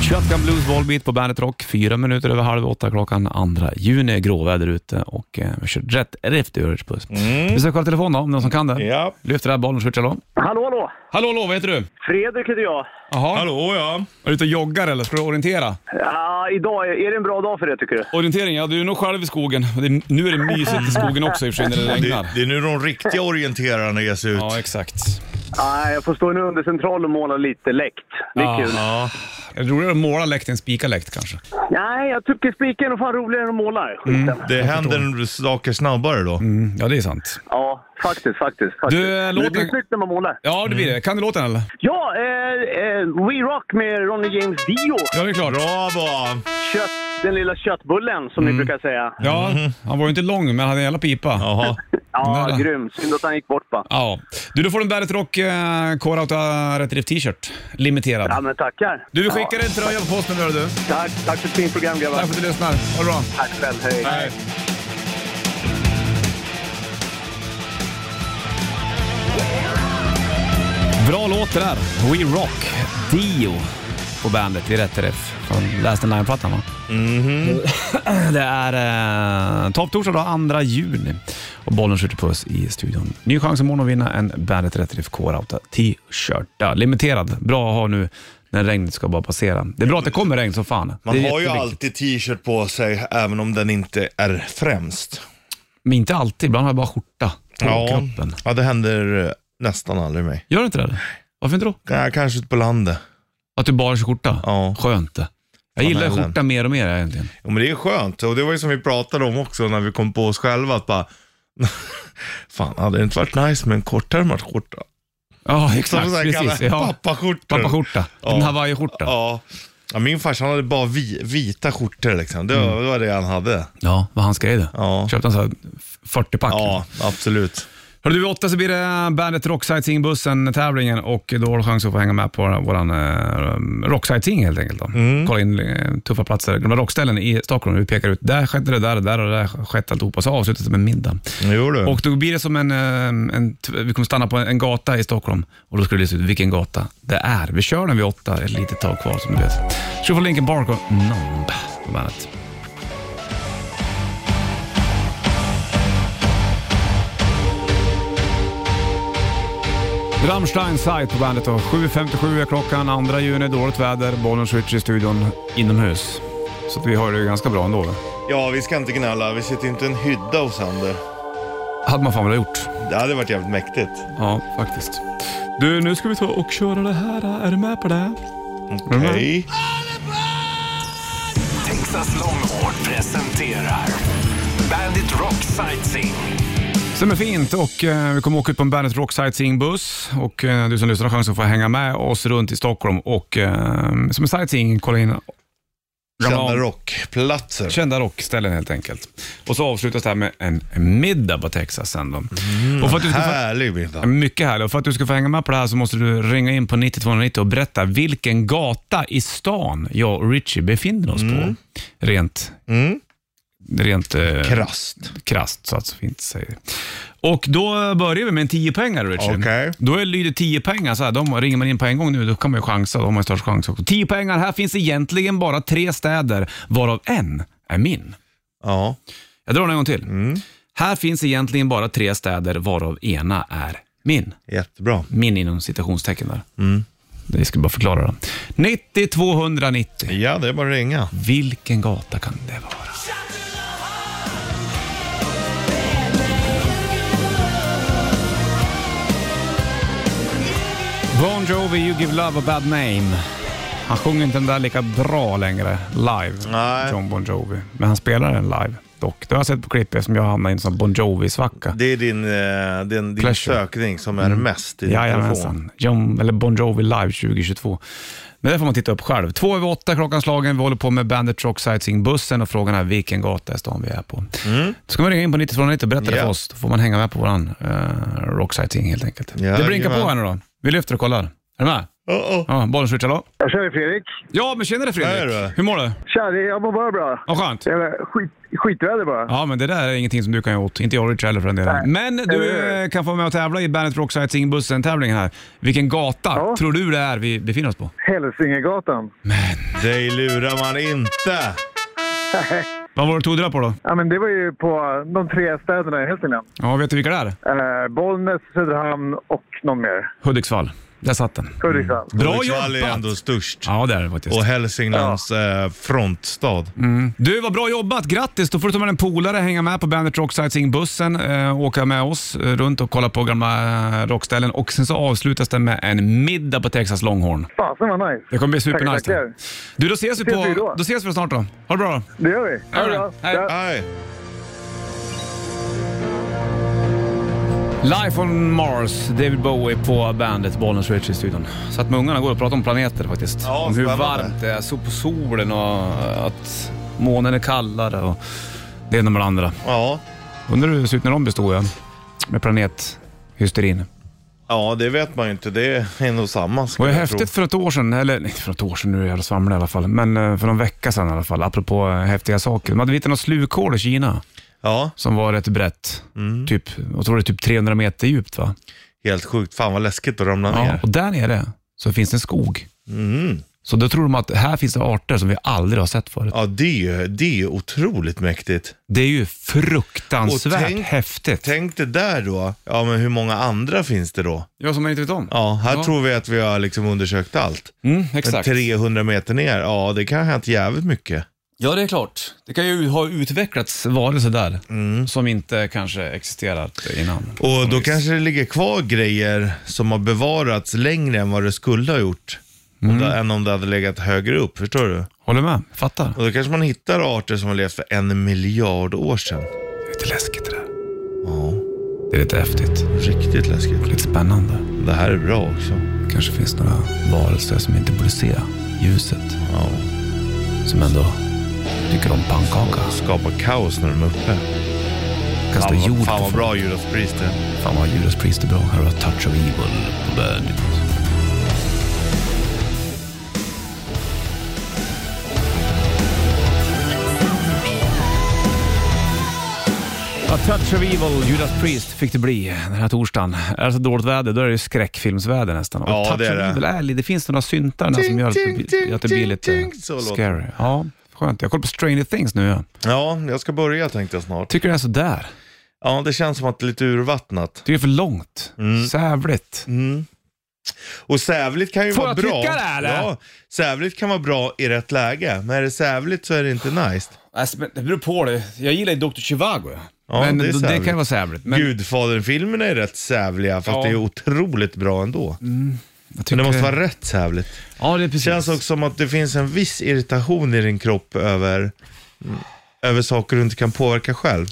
Speaker 2: Shotgun Blues Volbeat på Bandet Rock, fyra minuter över halv åtta klockan 2 juni. Gråväder ute och eh, vi kör rätt riff till Örets Puss. Vi ska kolla telefon då, om någon som kan det.
Speaker 3: Ja.
Speaker 2: Lyft det där bollen, switch hallå.
Speaker 6: Hallå, hallå!
Speaker 2: Hallå, hallå, vad heter du?
Speaker 6: Fredrik heter jag.
Speaker 2: Jaha,
Speaker 3: Hallå ja.
Speaker 2: är du ute och joggar eller ska du orientera?
Speaker 6: Ja, idag, är- är det en bra dag för det tycker du?
Speaker 2: Orientering, ja du är nog själv i skogen. Och Det är, nu är det mysigt i skogen också i och för sig när det regnar.
Speaker 3: Det, det är nu de riktiga orienterarna ger sig ut.
Speaker 2: Ja, exakt.
Speaker 6: Nej, jag får stå nu under central och måla lite läkt. Det är
Speaker 2: Ja.
Speaker 6: kul.
Speaker 3: Ja.
Speaker 2: Är det roligare att måla läkt än spika läkt kanske?
Speaker 6: Nej, jag tycker spiken är nog fan roligare än att måla skiten.
Speaker 2: Mm.
Speaker 3: Det händer saker snabbare då.
Speaker 2: Ja, det är sant.
Speaker 6: Ja, faktiskt, faktiskt. faktiskt.
Speaker 2: Du, eh,
Speaker 6: Men
Speaker 2: låt
Speaker 6: Det blir
Speaker 2: den-
Speaker 6: snyggt när man målar.
Speaker 2: Ja, det blir det. Kan du låten eller?
Speaker 6: Ja, eh, eh, We Rock med Ronny James Dio.
Speaker 2: Ja, det är klart.
Speaker 3: Bravo!
Speaker 6: Kött, den lilla köttbullen som
Speaker 2: Mm.
Speaker 6: ni brukar säga.
Speaker 2: Ja, han var ju inte lång, men han hade en jävla pipa. Ja.
Speaker 3: Jaha.
Speaker 6: Ja,
Speaker 2: Den där-
Speaker 6: grymt. Synd att han gick bort bara.
Speaker 2: Du, du får en Bandet Rock eh, K-Rauta Rätt Riff T-shirt. Limiterad.
Speaker 6: Ja, men tackar.
Speaker 2: Du, vi skickar en tröja på posten, hör du.
Speaker 6: Ja, tack, tack för ett fint program grabbar.
Speaker 2: Tack för att du lyssnar. Ha det bra.
Speaker 6: Tack själv. Hej.
Speaker 2: Bra låt det där. We Rock, Dio på bandet i rätt riff. Från Last in Line-plattan va?
Speaker 3: Mhm.
Speaker 2: Det är eh, topptorsdag då, 2 juni. Och bollen skjuter puss i studion. Ny chans imorgon att vinna en Bandet Rätt Riff K-Rauta t-shirt. Ja, limiterad. Bra att ha nu när regnet ska bara passera. Det är bra att det kommer regn som fan.
Speaker 3: Man
Speaker 2: det är
Speaker 3: har ju
Speaker 2: jätteviktigt.
Speaker 3: alltid t-shirt på sig även om den inte är främst.
Speaker 2: Men inte alltid. Ibland har jag bara skjorta på kroppen.
Speaker 3: ja, det händer eh, nästan aldrig mig.
Speaker 2: Gör det inte det? Varför inte då?
Speaker 3: Nej, kanske ute på landet.
Speaker 2: Att du bara kör skjorta?
Speaker 3: Ja.
Speaker 2: Skönt det. Jag gillar
Speaker 3: Ellen.
Speaker 2: skjorta mer och mer egentligen.
Speaker 3: Jo, men det är skönt. Och det var ju som vi pratade om också när vi kom på oss själva att bara, (laughs) fan hade det inte varit nice med en kortärmad skjorta?
Speaker 2: Ja,
Speaker 3: Som
Speaker 2: exakt.
Speaker 3: sån här
Speaker 2: Precis.
Speaker 3: gammal
Speaker 2: Ja.
Speaker 3: pappaskjortor.
Speaker 2: Pappaskjorta.
Speaker 3: Ja.
Speaker 2: En hawaiiskjorta. Ja.
Speaker 3: Ja. ja, min farsa han hade bara vi, vita skjortor liksom. Det, var- det var det han hade.
Speaker 2: vad hans grej det.
Speaker 3: Ja.
Speaker 2: Köpte han så här 40-pack.
Speaker 3: Ja, absolut.
Speaker 2: Hörru du, vid åtta så blir det Bandet Rocksightseeing-bussen-tävlingen och då har du chans att få hänga med på vår eh, Rocksightseeing helt enkelt. Då.
Speaker 3: Mm.
Speaker 2: Kolla in eh, tuffa platser, gamla rockställen i Stockholm. Vi pekar ut, där skedde det, där och där och där skedde alltihopa. Så avslutas det med middag.
Speaker 3: Nu gjorde du.
Speaker 2: Och då blir det som en, eh, en t- vi kommer stanna på en gata i Stockholm och då ska du lista ut vilken gata det är. Vi kör den vid åtta, ett litet tag kvar som du vet. Så du får Linkin Park och Numb på bandet. Rammstein Sight på bandet då. 7.57 är klockan, 2 juni, dåligt väder, bollen switch i studion inomhus. Så att vi har det ganska bra ändå.
Speaker 3: Ja, vi ska inte gnälla. Vi sitter inte i en hydda hos Sander.
Speaker 2: hade man fan velat gjort.
Speaker 3: Det hade varit jävligt mäktigt.
Speaker 2: Ja, faktiskt. Du, nu ska vi ta och köra det här. Är du med på det?
Speaker 3: Okej.
Speaker 2: Mm.
Speaker 1: Texas Longhorn presenterar Bandit Rock Sightseeing.
Speaker 2: Stämmer fint och eh, vi kommer åka ut på en Bandet Rock Sightseeing-buss och eh, du som lyssnar har chansen att få hänga med oss runt i Stockholm och eh, som en sightseeing kolla in
Speaker 3: Kända
Speaker 2: gamla-
Speaker 3: rockplatser.
Speaker 2: Kända rockställen helt enkelt. Och så avslutas det här med en middag på Texas sen då.
Speaker 3: Mm.
Speaker 2: och för att du ska få,
Speaker 3: Härlig bild.
Speaker 2: mycket härligt. Och för att du ska få hänga med på det här så måste du ringa in på 9290 och berätta vilken gata i stan jag och Richie befinner oss på. Rent, rent eh,
Speaker 3: Krasst.
Speaker 2: krasst så att vi inte säger. Och då börjar vi med en 10 pengar Richard.
Speaker 3: Okej.
Speaker 2: Då är- lyder 10 pengar så här, de ringer man in på en gång nu, då kan man ju chansa, då har man ju störst chans också. 10 pengar, här finns egentligen bara tre städer, varav en är min.
Speaker 3: Ja.
Speaker 2: Jag drar den en gång till. Här finns egentligen bara tre städer, varav ena är min.
Speaker 3: Jättebra.
Speaker 2: Min inom citationstecken där. Det ska jag bara förklara då. 90 290.
Speaker 3: Ja, det är bara att ringa.
Speaker 2: Vilken gata kan det vara? Bon Jovi, You Give Love a Bad Name. Han sjunger inte den där lika bra längre live,
Speaker 3: Nej.
Speaker 2: John Bon Jovi. Men han spelar den live dock. Det har jag sett på klipp som jag hamnade i en sån Bon Jovi-svacka.
Speaker 3: Det är din, eh, din, din
Speaker 2: Pleasure. Mm.
Speaker 3: sökning som är mest i din telefon.
Speaker 2: Jajamensan. John, eller Bon Jovi live 2022. Men det får man titta upp själv. Två över åtta klockan slagen. Vi håller på med Bandit Rock Sightseeing-bussen och frågan är vilken gata i stan vi är på. Mm. Då ska man ringa in på 9290 och berätta det
Speaker 3: Ja.
Speaker 2: för oss. Då får man hänga med på våran uh, eh, Rock Sightseeing helt enkelt.
Speaker 3: Ja,
Speaker 2: det blinkar på
Speaker 3: jajamän.
Speaker 2: här nu då. Vi lyfter och kollar. Är du med?
Speaker 3: Uh-oh.
Speaker 2: Ja, bollen switch, hallå?
Speaker 6: Jag kör Fredrik.
Speaker 2: Ja, men tjena dig
Speaker 3: Där är du.
Speaker 2: Fredrik. Hur mår du?
Speaker 6: Tja, det- jag mår bara bra.
Speaker 2: Vad skönt.
Speaker 6: Jävla Skit, skitväder bara.
Speaker 2: Ja, men det där är ingenting som du kan göra åt. Inte jag och Richard heller för den delen. Men du
Speaker 6: Eller hur?
Speaker 2: eh, kan få vara med och tävla i Bandet Rock Sightseeing-bussen-tävlingen här. Vilken gata
Speaker 6: Ja.
Speaker 2: tror du det är vi befinner oss på?
Speaker 6: Hälsingegatan.
Speaker 3: Dig lurar man inte.
Speaker 2: Vad var det du tog det där på då?
Speaker 6: Ja, men det var ju på eh, de tre städerna i Hälsingland.
Speaker 2: Ja, vet du vilka det är?
Speaker 6: Eh, Bollnäs, Söderhamn och någon mer.
Speaker 2: Hudiksvall. Där satt den.
Speaker 6: Hudiksvall.
Speaker 2: Bra
Speaker 3: Hudiksvall är
Speaker 2: jobbat!
Speaker 3: ändå störst.
Speaker 2: Ja, det är det faktiskt.
Speaker 3: Och Hälsinglands eh, frontstad.
Speaker 2: Mm. Du, vad bra jobbat! Grattis! Då får du ta med en polare, hänga med på Bandet Rock Sightseeing-bussen, eh, åka med oss eh, runt och kolla på gamla eh, rockställen och sen så avslutas den med en middag på Texas Longhorn.
Speaker 6: Fasen vad nice.
Speaker 2: Det kommer bli supernice.
Speaker 6: Tackar,
Speaker 2: det. Du, då ses vi
Speaker 6: Ses
Speaker 2: på...
Speaker 6: vi då.
Speaker 2: Då ses vi snart då. Ha det bra då.
Speaker 6: Det gör vi. Ha det bra.
Speaker 2: Hej.
Speaker 6: Ja.
Speaker 3: Aj.
Speaker 2: Life on Mars, David Bowie på bandet Bollnäs Rich i studion. Så att med ungarna går och pratar om planeter faktiskt.
Speaker 3: Ja,
Speaker 2: om hur
Speaker 3: spännande.
Speaker 2: varmt det är, så på solen och att månen är kallare och det ena med det andra.
Speaker 3: Ja.
Speaker 2: Undrar hur det ser ut när de blir stora med planethysterin.
Speaker 3: ja, det vet man ju inte. Det är nog samma.
Speaker 2: Det
Speaker 3: skulle
Speaker 2: var ju
Speaker 3: jag
Speaker 2: häftigt för ett år sedan, eller inte för ett år sedan, nu är jag och svamlar i alla fall, men eh, för någon vecka sedan i alla fall, apropå eh, häftiga saker. De hade hittat något slukhål i Kina
Speaker 3: tro. Ja,
Speaker 2: som var rätt brett.
Speaker 3: Mm.
Speaker 2: Typ, jag tror det är typ 300 meter djupt va?
Speaker 3: helt sjukt. Fan vad läskigt att ramla
Speaker 2: Ja,
Speaker 3: ner. Mm.
Speaker 2: och där nere så finns det en skog. Så då tror de att här finns det arter som vi aldrig har sett förut.
Speaker 3: Ja, det är ju det är ju otroligt mäktigt.
Speaker 2: Det är ju fruktansvärt
Speaker 3: Och tänk-
Speaker 2: häftigt.
Speaker 3: Tänk det där då. Ja, men hur många andra finns det då?
Speaker 2: ja, som man inte vet om.
Speaker 3: Ja, här tror vi att vi har liksom undersökt allt.
Speaker 2: Mm,
Speaker 3: Men
Speaker 2: exakt.
Speaker 3: 300 meter ner, ja det kan ha hänt jävligt mycket.
Speaker 2: Ja, det är klart. Det kan ju ha utvecklats varelser där som inte kanske existerat innan.
Speaker 3: Mm. Och då kanske det ligger kvar grejer som har bevarats längre än vad det skulle ha gjort. Om
Speaker 2: Mm.
Speaker 3: det, än om det hade legat högre upp, förstår du?
Speaker 2: Håller med. Fattar.
Speaker 3: Och då kanske man hittar arter som har levt för en miljard år sedan.
Speaker 2: Det är lite läskigt det där.
Speaker 3: Ja,
Speaker 2: Det är lite häftigt.
Speaker 3: riktigt läskigt.
Speaker 2: Lite spännande.
Speaker 3: Det här är bra också.
Speaker 2: Det kanske finns några varelser som inte borde se ljuset.
Speaker 3: Ja,
Speaker 2: Som ändå tycker om pannkaka.
Speaker 3: skapar kaos när de är uppe.
Speaker 2: Kastar
Speaker 3: Fan,
Speaker 2: jord
Speaker 3: vad- fan
Speaker 2: på
Speaker 3: vad bra Judas Priest är.
Speaker 2: Fan vad Judas Priest är bra. Här har jag Touch of Evil på Bandit. A touch of evil, Judas Priest fick det bli den här torsdagen. Är det så dåligt väder, då är det ju skräckfilmsväder nästan. Och
Speaker 3: Ja,
Speaker 2: touch
Speaker 3: det är
Speaker 2: of
Speaker 3: det.
Speaker 2: Evil är lite, det finns några syntar där som
Speaker 3: Ting,
Speaker 2: gör att det,
Speaker 3: ting,
Speaker 2: blir- att det blir
Speaker 3: ting,
Speaker 2: lite
Speaker 3: ting, så låter
Speaker 2: scary. Ja, skönt. Jag kollar på Stranger Things nu. ja.
Speaker 3: Ja, jag ska börja tänkte jag snart.
Speaker 2: Tycker det är sådär.
Speaker 3: Ja, det känns som att det är lite urvattnat.
Speaker 2: Tycker det är för långt.
Speaker 3: Mm.
Speaker 2: Sävligt.
Speaker 3: Och sävligt kan ju
Speaker 2: Får
Speaker 3: vara
Speaker 2: jag
Speaker 3: bra.
Speaker 2: trycka det här, eller?
Speaker 3: Ja, sävligt kan vara bra i rätt läge. Men är det sävligt så är det inte nice.
Speaker 2: Alltså, men det beror på det. Jag gillar ju Dr. Chivago.
Speaker 3: Ja,
Speaker 2: men
Speaker 3: det är
Speaker 2: det, det
Speaker 3: sävligt.
Speaker 2: kan ju vara sävligt. Men
Speaker 3: Gudfadern-filmerna är rätt sävliga, fast
Speaker 2: Ja.
Speaker 3: det är otroligt bra ändå.
Speaker 2: jag
Speaker 3: Men
Speaker 2: tycker...
Speaker 3: det måste vara rätt sävligt.
Speaker 2: Ja, det är
Speaker 3: Det
Speaker 2: precis.
Speaker 3: känns också som att det finns en viss irritation i din kropp över, mm, över saker du inte kan påverka själv.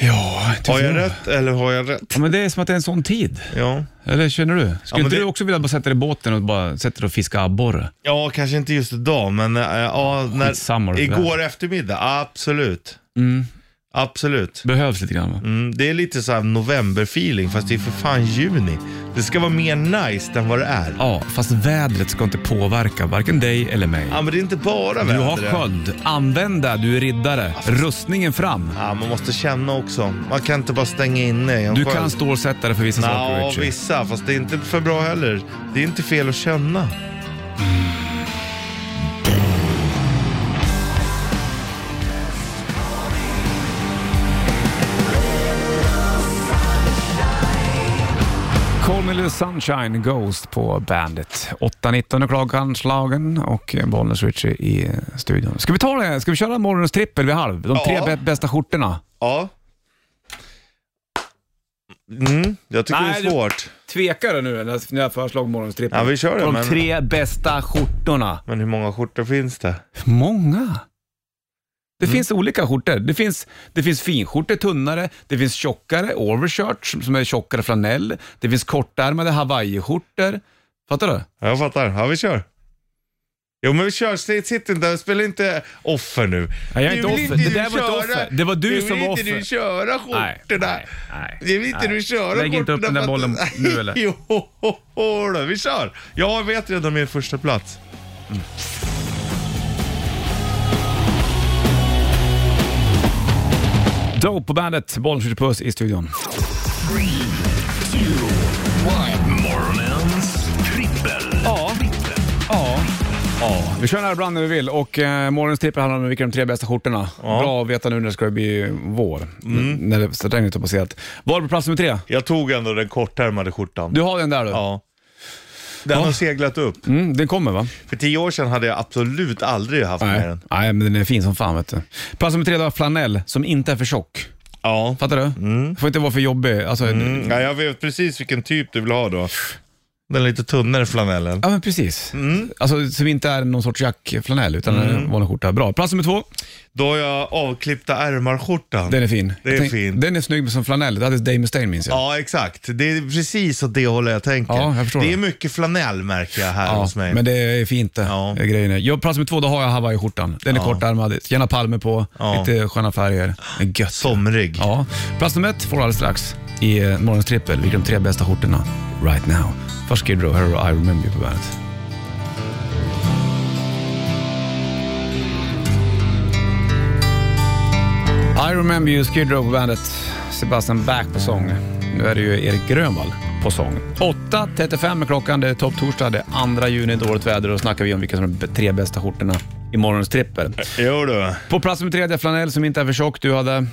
Speaker 2: Ja,
Speaker 3: Har jag
Speaker 2: tycker-
Speaker 3: rätt eller har jag rätt?
Speaker 2: Ja, men det är som att det är en sån tid.
Speaker 3: Ja,
Speaker 2: Eller känner du? Skulle
Speaker 3: men
Speaker 2: inte
Speaker 3: det-
Speaker 2: du också vilja bara sätta dig i båten och bara sätta dig och fiska abborre?
Speaker 3: ja kanske inte just idag, men äh, ja,
Speaker 2: Skitsamma
Speaker 3: när,
Speaker 2: det
Speaker 3: igår eftermiddag, absolut.
Speaker 2: Mm.
Speaker 3: Absolut.
Speaker 2: Behövs lite grann va?
Speaker 3: Mm, det är lite så här novemberfeeling fast det är för fan juni. Det ska vara mer nice än vad det är.
Speaker 2: Ja, fast vädret ska inte påverka varken dig eller mig.
Speaker 3: Ja men det är inte bara
Speaker 2: Du
Speaker 3: vädret. Alltså-
Speaker 2: har sköld, använd det, du är riddare. Rustningen fram.
Speaker 3: Ja, man måste känna också. Man kan inte bara stänga inne i en
Speaker 2: Du
Speaker 3: sköld.
Speaker 2: kan stå och sätta dig för vissa saker
Speaker 3: Nja,
Speaker 2: Richie.
Speaker 3: vissa. Fast det är inte för bra heller. Det är inte fel att känna.
Speaker 2: Call me little sunshine, Ghost på Bandit. 8.19 är klockan slagen och Bollnäs Richie i eh, studion. Ska vi ta det? Ska vi köra morgonens trippel vid halv? De tre
Speaker 3: Ja.
Speaker 2: bä- bästa skjortorna.
Speaker 3: Ja. Mm, jag tycker
Speaker 2: Nej,
Speaker 3: det
Speaker 2: du-
Speaker 3: är svårt.
Speaker 2: Tvekar du nu när jag föreslog morgonens trippel?
Speaker 3: Ja, vi kör det,
Speaker 2: De
Speaker 3: men-
Speaker 2: tre bästa skjortorna.
Speaker 3: Men hur många skjortor finns det?
Speaker 2: Många. Det
Speaker 3: Mm.
Speaker 2: finns olika skjortor. Det finns, det finns finskjortor, tunnare, det finns tjockare, overshirt som- som är tjockare flanell, det finns kortärmade hawaiiskjortor. Fattar du?
Speaker 3: Ja, Jag fattar. Ja, vi kör. Jo men vi kör, sitt sitt inte, spela inte offer nu.
Speaker 2: Nej, jag är
Speaker 3: Du
Speaker 2: inte
Speaker 3: vill
Speaker 2: offer. Det
Speaker 3: du
Speaker 2: där var inte
Speaker 3: köra-
Speaker 2: offer. Det var du
Speaker 3: du
Speaker 2: som var
Speaker 3: Du vill
Speaker 2: offer.
Speaker 3: inte du köra
Speaker 2: Nej,
Speaker 3: skjortorna.
Speaker 2: nej, nej,
Speaker 3: Du vill inte
Speaker 2: nej.
Speaker 3: du köra
Speaker 2: Lägg inte upp den där
Speaker 3: skjortorna för
Speaker 2: bollen
Speaker 3: att-
Speaker 2: nu, eller?
Speaker 3: (laughs) Jo, då, vi kör. Jag vet redan min första plats.
Speaker 2: Dope på bandet, Bollnäs Puss i studion.
Speaker 1: Morgonens trippel.
Speaker 2: Ja. Ja. ja. Vi kör den här ibland när vi vill och eh, morgonens trippel handlar om vilka de tre bästa skjortorna. Bra att veta nu när det ska bli vår. N- När det- regnet har passerat. Var på plats nummer tre?
Speaker 3: Jag tog ändå den kortärmade skjortan.
Speaker 2: Du har den där du?
Speaker 3: Ja. Den har seglat upp.
Speaker 2: Mm, den kommer va?
Speaker 3: För tio år sedan hade jag absolut aldrig haft med
Speaker 2: Nej.
Speaker 3: den.
Speaker 2: Nej, men den är fin som fan vet du. Plats nummer tre, då, flanell som inte är för tjock.
Speaker 3: Ja.
Speaker 2: Fattar du? Mm. Får inte vara för jobbig. Alltså,
Speaker 3: ja, jag vet precis vilken typ du vill ha då. Den lite tunnare flanellen.
Speaker 2: Ja men precis.
Speaker 3: Mm.
Speaker 2: Alltså, som inte är någon sorts jackflanell utan en vanlig skjorta. Bra. Plats nummer två,
Speaker 3: Då har jag avklippta ärmarskjortan.
Speaker 2: den är fin.
Speaker 3: Det är
Speaker 2: Jag tänk-
Speaker 3: fin.
Speaker 2: Den är snygg som flanell. Det hade Dave Mustaine minns jag.
Speaker 3: Ja, exakt. Det är precis åt det hållet jag tänker.
Speaker 2: Ja, jag förstår
Speaker 3: det är
Speaker 2: det.
Speaker 3: mycket flanell märker jag här hos mig.
Speaker 2: men det är fint det.
Speaker 3: Ja.
Speaker 2: det är Grejen är. Jag, plats nummer två, då har jag hawaiiskjortan. Den är kortärmad, gärna palmer på,
Speaker 3: Ja.
Speaker 2: lite sköna färger. Det är Gött.
Speaker 3: Somrig.
Speaker 2: Ja. Plats nummer ett får du alldeles strax i eh, morgons trippel. Vilka är de tre bästa skjortorna right now? Först Skid Row, här har du I Remember You på bandet. I Remember You, Skid Row på bandet. Sebastian Back på sång. Nu är det ju Erik Grönvall på sång. 8.35 är klockan, det är topp torsdag, det är 2 juni, dåligt väder och då snackar vi om vilka som är de tre bästa skjortorna i morgons trippel.
Speaker 3: Jo du.
Speaker 2: På plats nummer tre, det är flanell som inte är för tjock. Du hade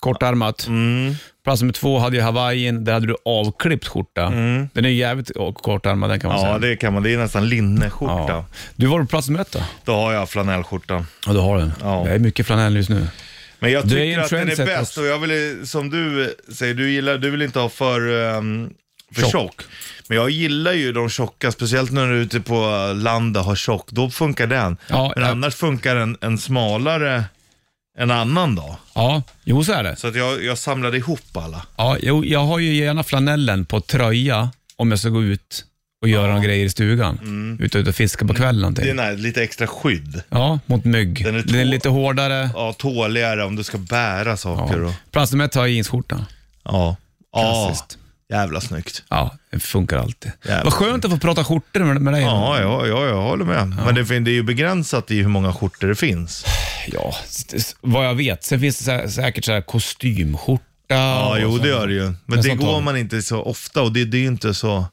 Speaker 2: kortärmat.
Speaker 3: Mm.
Speaker 2: Plats nummer två hade jag hawaiin. Där hade du avklippt skjorta. Den är jävligt kortärmad den kan man
Speaker 3: Mm. Ja,
Speaker 2: säga.
Speaker 3: det kan man. Det är nästan linneskjorta.
Speaker 2: Ja. Du var på plats nummer ett då?
Speaker 3: Då har jag flanellskjortan.
Speaker 2: Ja, du har den.
Speaker 3: Ja.
Speaker 2: Det är mycket flanell just nu.
Speaker 3: Men jag
Speaker 2: Du är en
Speaker 3: tycker att den är
Speaker 2: trendsetter
Speaker 3: bäst
Speaker 2: också.
Speaker 3: och jag vill, som du eh, säger, du gillar, du vill inte ha för, ehm, för
Speaker 2: Tjock.
Speaker 3: tjock. Men jag gillar ju de tjocka, speciellt när du är ute på eh, landet och har tjock. Då funkar den.
Speaker 2: Ja,
Speaker 3: Men
Speaker 2: ja.
Speaker 3: annars funkar en, en smalare en annan dag.
Speaker 2: Ja, jo så är det.
Speaker 3: Så att jag, jag samlade ihop alla.
Speaker 2: Ja, jo, jag har ju gärna flanellen på tröja om jag ska gå ut och göra några grejer i stugan. Ut och, ut och fiska på kvällen någonting.
Speaker 3: Mm. Det är nej, lite extra skydd.
Speaker 2: Ja, mot mygg. Den
Speaker 3: Den
Speaker 2: är,
Speaker 3: är två-
Speaker 2: lite hårdare.
Speaker 3: Ja, tåligare om du ska bära saker. Ja.
Speaker 2: Ja.
Speaker 3: Och,
Speaker 2: Plats nummer ett har jag jeansskjortan.
Speaker 3: ja. ja.
Speaker 2: Klassiskt.
Speaker 3: Jävla snyggt.
Speaker 2: Ja, det funkar alltid.
Speaker 3: Jävlar.
Speaker 2: Vad skönt att få prata skjortor med, med dig.
Speaker 3: Ja, ja, ja, jag håller med. Men det, fin- det är ju begränsat i hur många skjortor det finns.
Speaker 2: Ja, s- vad jag vet. Sen finns det så här, säkert så här kostymskjorta.
Speaker 3: Ja,
Speaker 2: och
Speaker 3: jo
Speaker 2: så.
Speaker 3: det gör det ju. Men
Speaker 2: Men
Speaker 3: det
Speaker 2: sånt har
Speaker 3: går
Speaker 2: vi.
Speaker 3: man inte så ofta och det, det är ju inte så...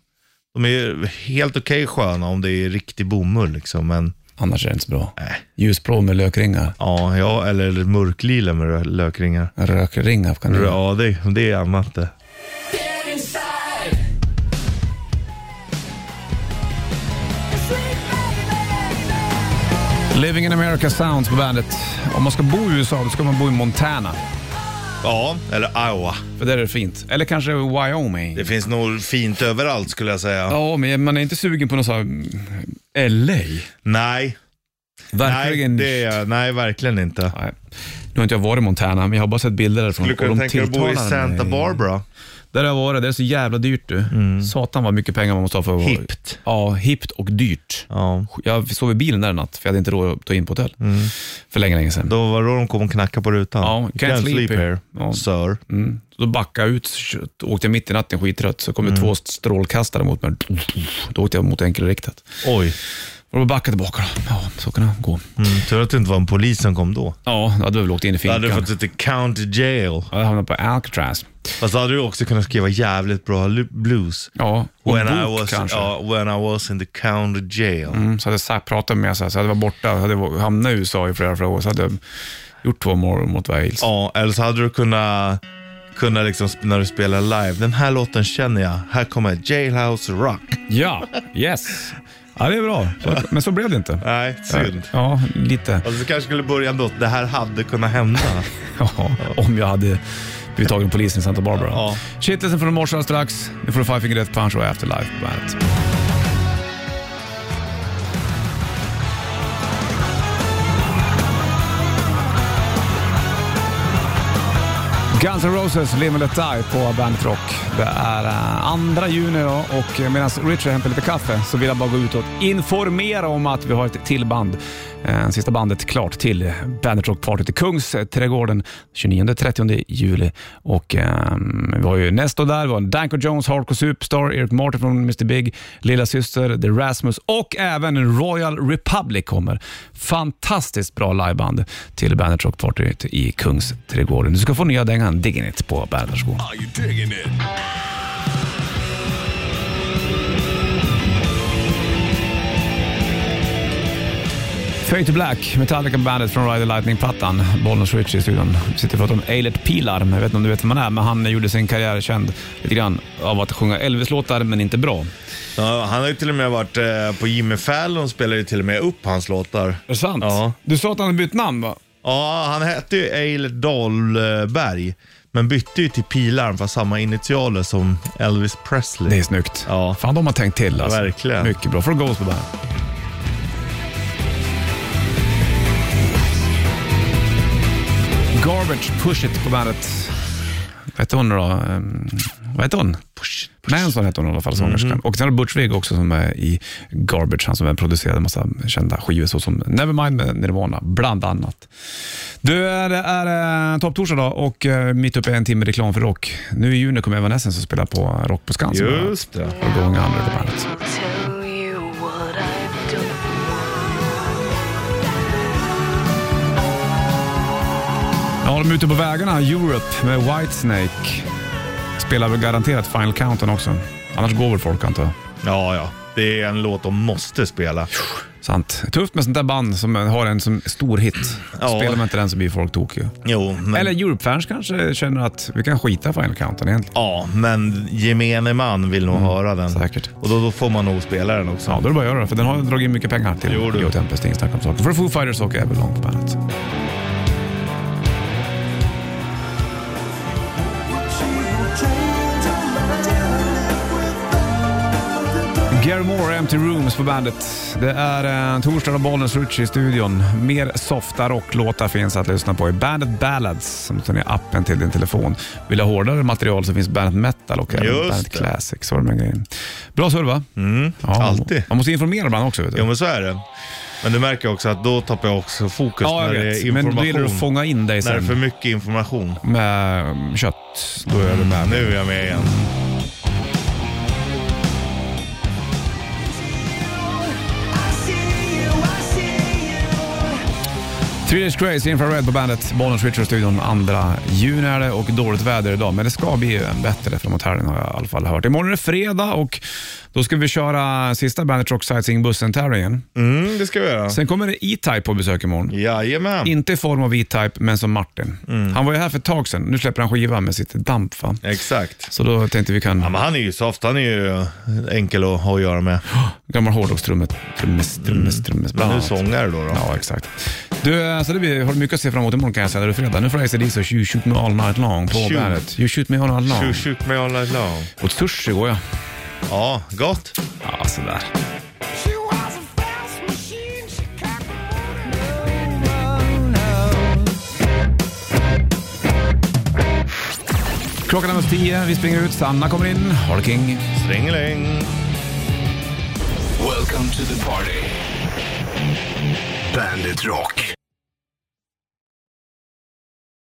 Speaker 3: De är ju helt okej sköna om det är riktig bomull liksom, men
Speaker 2: Annars är det inte så bra. Ljusblå med lökringar.
Speaker 3: ja, ja eller mörklila med rö- lökringar.
Speaker 2: Rökringar kan det vara.
Speaker 3: Ja, det, det är annat det.
Speaker 2: Living in America Sounds på bandet. Om man ska bo i USA, då ska man bo i Montana.
Speaker 3: Ja, eller Iowa.
Speaker 2: För där är det fint. Eller kanske Wyoming.
Speaker 3: Det finns nog fint överallt skulle jag säga.
Speaker 2: Ja, men man är inte sugen på någon mm, sån här LA.
Speaker 3: Nej, nej,
Speaker 2: Verkligen.
Speaker 3: det är, nej, verkligen inte.
Speaker 2: Nej. Nu har inte jag varit i Montana, men jag har bara sett bilder därifrån.
Speaker 3: Skulle du kunna
Speaker 2: Och de
Speaker 3: tänka dig att bo i
Speaker 2: tilltalar
Speaker 3: Santa
Speaker 2: mig.
Speaker 3: Barbara?
Speaker 2: Där har jag varit. Det är så jävla dyrt du. Satan vad mycket pengar man måste ha för att vara...
Speaker 3: Mm. Hippt.
Speaker 2: Ja, hippt och dyrt.
Speaker 3: Ja.
Speaker 2: Jag sov i bilen där en natt, för jag hade inte råd att ta in på hotell. För länge, länge sedan.
Speaker 3: Mm. Då var det då de kom och knackade på rutan.
Speaker 2: Ja,
Speaker 3: You
Speaker 2: can't sleep here. Ja.
Speaker 3: sir.
Speaker 2: Mm. Då backade jag ut, shit, åkte mitt i natten skittrött, så
Speaker 3: Mm.
Speaker 2: kom det två strålkastare mot mig. Då åkte jag mot enkelriktat.
Speaker 3: Oj,
Speaker 2: Och då backade jag tillbaka. då. Ja, så kan det gå.
Speaker 3: mm, tur att det inte var en polis som kom då.
Speaker 2: Ja, då hade vi väl åkt in i
Speaker 3: Då
Speaker 2: finkan.
Speaker 3: hade du fått sitta i county jail.
Speaker 2: Ja, jag hamnade på Alcatraz.
Speaker 3: Fast då hade du också kunnat skriva jävligt bra lu- blues.
Speaker 2: Ja, och en bok
Speaker 3: was,
Speaker 2: kanske.
Speaker 3: ja, when I was in the county jail.
Speaker 2: Mm, så hade jag sagt- pratat med så här, så hade jag varit borta, så hade jag hamnat i USA i flera, flera år, så hade jag gjort två mål mot Wales.
Speaker 3: Ja, eller så hade du kunnat, kunnat liksom, sp- när du spelar live, den här låten känner jag. Här kommer Jailhouse Rock.
Speaker 2: Ja, yes. Ja, det är bra. Så, men så blev det inte.
Speaker 3: Nej, synd.
Speaker 2: Ja, lite.
Speaker 3: Och så kanske skulle börja ändå, det här hade kunnat hända.
Speaker 2: Ja, om jag hade blivit tagen av polisen i Santa Barbara.
Speaker 3: Ja.
Speaker 2: Shitlisten från morse alldeles strax. Nu får du Five Finger Death Punch och Afterlife på bandet. Guns N' Roses Live and Let Die på Bandet Rock. Det är eh, 2 juni då och eh, medan Richard hämtar lite kaffe så vill jag bara gå ut och informera om att vi har ett till band. Eh, Sista bandet klart till Bandet Rock-partyt i Kungsträdgården 29-30 juli. Och ehm, vi har ju Nesto där, vi har Danko Jones, Hardcore Superstar, Eric Martin från Mr. Big, Lilla Syster, The Rasmus och även Royal Republic kommer. Fantastiskt bra liveband till Bandet Rock Party i Kungsträdgården. Du ska få nya dängan Digging It på Bandet. Varsågod.
Speaker 1: Are you digging it?
Speaker 2: Fade to Black, Metallica Bandet från Ride the Lightning-plattan. Bollnäs Ritchie i studion. Vi sitter och pratar om Eilert Pilar. Jag vet inte om du vet vem han är, men han gjorde sin karriär känd lite grann av att sjunga Elvis-låtar, men inte bra.
Speaker 3: Ja, han har ju till och med varit eh, på Jimmy Fallon spelade ju till och med upp hans låtar.
Speaker 2: Är det sant?
Speaker 3: Ja.
Speaker 2: Du sa att han hade bytt namn va?
Speaker 3: Ja, han hette ju Eilert Dahlberg, men bytte ju till Pilarm för samma initialer som Elvis Presley.
Speaker 2: Det är snyggt.
Speaker 3: Ja.
Speaker 2: Fan, de har tänkt till alltså.
Speaker 3: Verkligen.
Speaker 2: Mycket bra. Får du Ghost på bandet. Garbage Push It på bandet. Vad hette hon då? Ehm, Vad hette hon? Push, Manson hette hon i alla fall, sångerskan.
Speaker 3: Mm-hmm.
Speaker 2: Och sen har du Butch Vig också som är i Garbage. Han som även producerade en massa kända skivor såsom Nevermind med Nirvana, bland annat. Du, det är eh, topptorsdag då och eh, mitt uppe i en timme reklam för rock. Nu i juni kommer Evanescence att spela på Rock på Skansen.
Speaker 3: Just det.
Speaker 2: Och då gånger andra på bandet.
Speaker 7: Tell you what I've done.
Speaker 2: Ja, de är ute på vägarna, Europe med Whitesnake. Spelar väl garanterat Final Countdown också. Annars går väl folk antar jag.
Speaker 3: Ja, ja. Det är en låt de måste spela.
Speaker 2: Sant. Tufft med sånt där band som har en som stor hit.
Speaker 3: Ja.
Speaker 2: Spelar man inte den så blir folk tokiga.
Speaker 3: Jo, men,
Speaker 2: Eller Europe-fans kanske känner att vi kan skita i Final Countdown egentligen.
Speaker 3: ja, men gemene man vill nog höra den.
Speaker 2: säkert.
Speaker 3: Och då, då får man nog spela den också.
Speaker 2: Ja, då är det bara att göra det, för den har dragit in mycket pengar till
Speaker 3: Jo, du.
Speaker 2: Geo Tempest. Det är inget snack om saken. För Foo Fighters och Everlong på bandet. Gary Moore, Empty Rooms på bandet. Det är eh, torsdag och Bollnäs Ritchie i studion. Mer softa rocklåtar finns att lyssna på i Bandet Ballads, som tar ner appen till din telefon. Vill du ha hårdare material så finns Bandet Metal och även
Speaker 3: Just
Speaker 2: Bandet
Speaker 3: det.
Speaker 2: Classic. Så är det med grejen. Bra serv va? Mm,
Speaker 3: alltid.
Speaker 2: Man måste informera ibland också. Vet du.
Speaker 3: Jo, men så är det. Men du märker också att då tappar jag också fokus
Speaker 2: Ja, jag
Speaker 3: när det
Speaker 2: vet.
Speaker 3: är
Speaker 2: Men
Speaker 3: information.
Speaker 2: då gäller det att fånga in dig
Speaker 3: när det är
Speaker 2: sen
Speaker 3: för mycket information.
Speaker 2: med mm, kött.
Speaker 3: Då är du med. Nu är jag med igen.
Speaker 2: Three Days Grace, Infrared på bandet. Bonus Richard studion 2 juni är det och dåligt väder idag, men det ska bli bättre framåt helgen har jag i alla fall hört. Imorgon är det fredag och då ska vi köra sista Bandet Rock Sightseeing-bussen-tävlingen.
Speaker 3: Mm, det ska vi göra.
Speaker 2: Sen kommer det E-Type på besök imorgon.
Speaker 3: Jajamän.
Speaker 2: Inte i form av E-Type, men som Martin.
Speaker 3: Mm.
Speaker 2: Han var ju här för ett tag sedan. Nu släpper han skiva med sitt damp. Va?
Speaker 3: Exakt.
Speaker 2: Så då tänkte vi kan...
Speaker 3: Ja, men han är ju soft. Han är ju enkel att ha att göra med.
Speaker 2: Gammal hårdrockstrummet. Trummis, trummis, trummis. bland
Speaker 3: Mm. Men nu
Speaker 2: annat.
Speaker 3: sångar du då. då.
Speaker 2: Ja, exakt. Du, alltså det blir, har du mycket att se fram emot imorgon kan jag säga när du är fredag. Nu får ACDC och You shoot me all night long på
Speaker 3: Shoot.
Speaker 2: bandet. You shoot me all night long.
Speaker 3: Shoot, shoot me all night long.
Speaker 2: Åt sushi går jag.
Speaker 3: Ja, gott.
Speaker 2: Ja, sådär.
Speaker 4: She was a fast machine, she kept moving.
Speaker 2: Klockan är tio, vi springer ut. Sanna kommer in. Har King.
Speaker 3: Stringeling.
Speaker 1: Welcome to the party. Bandit Rock.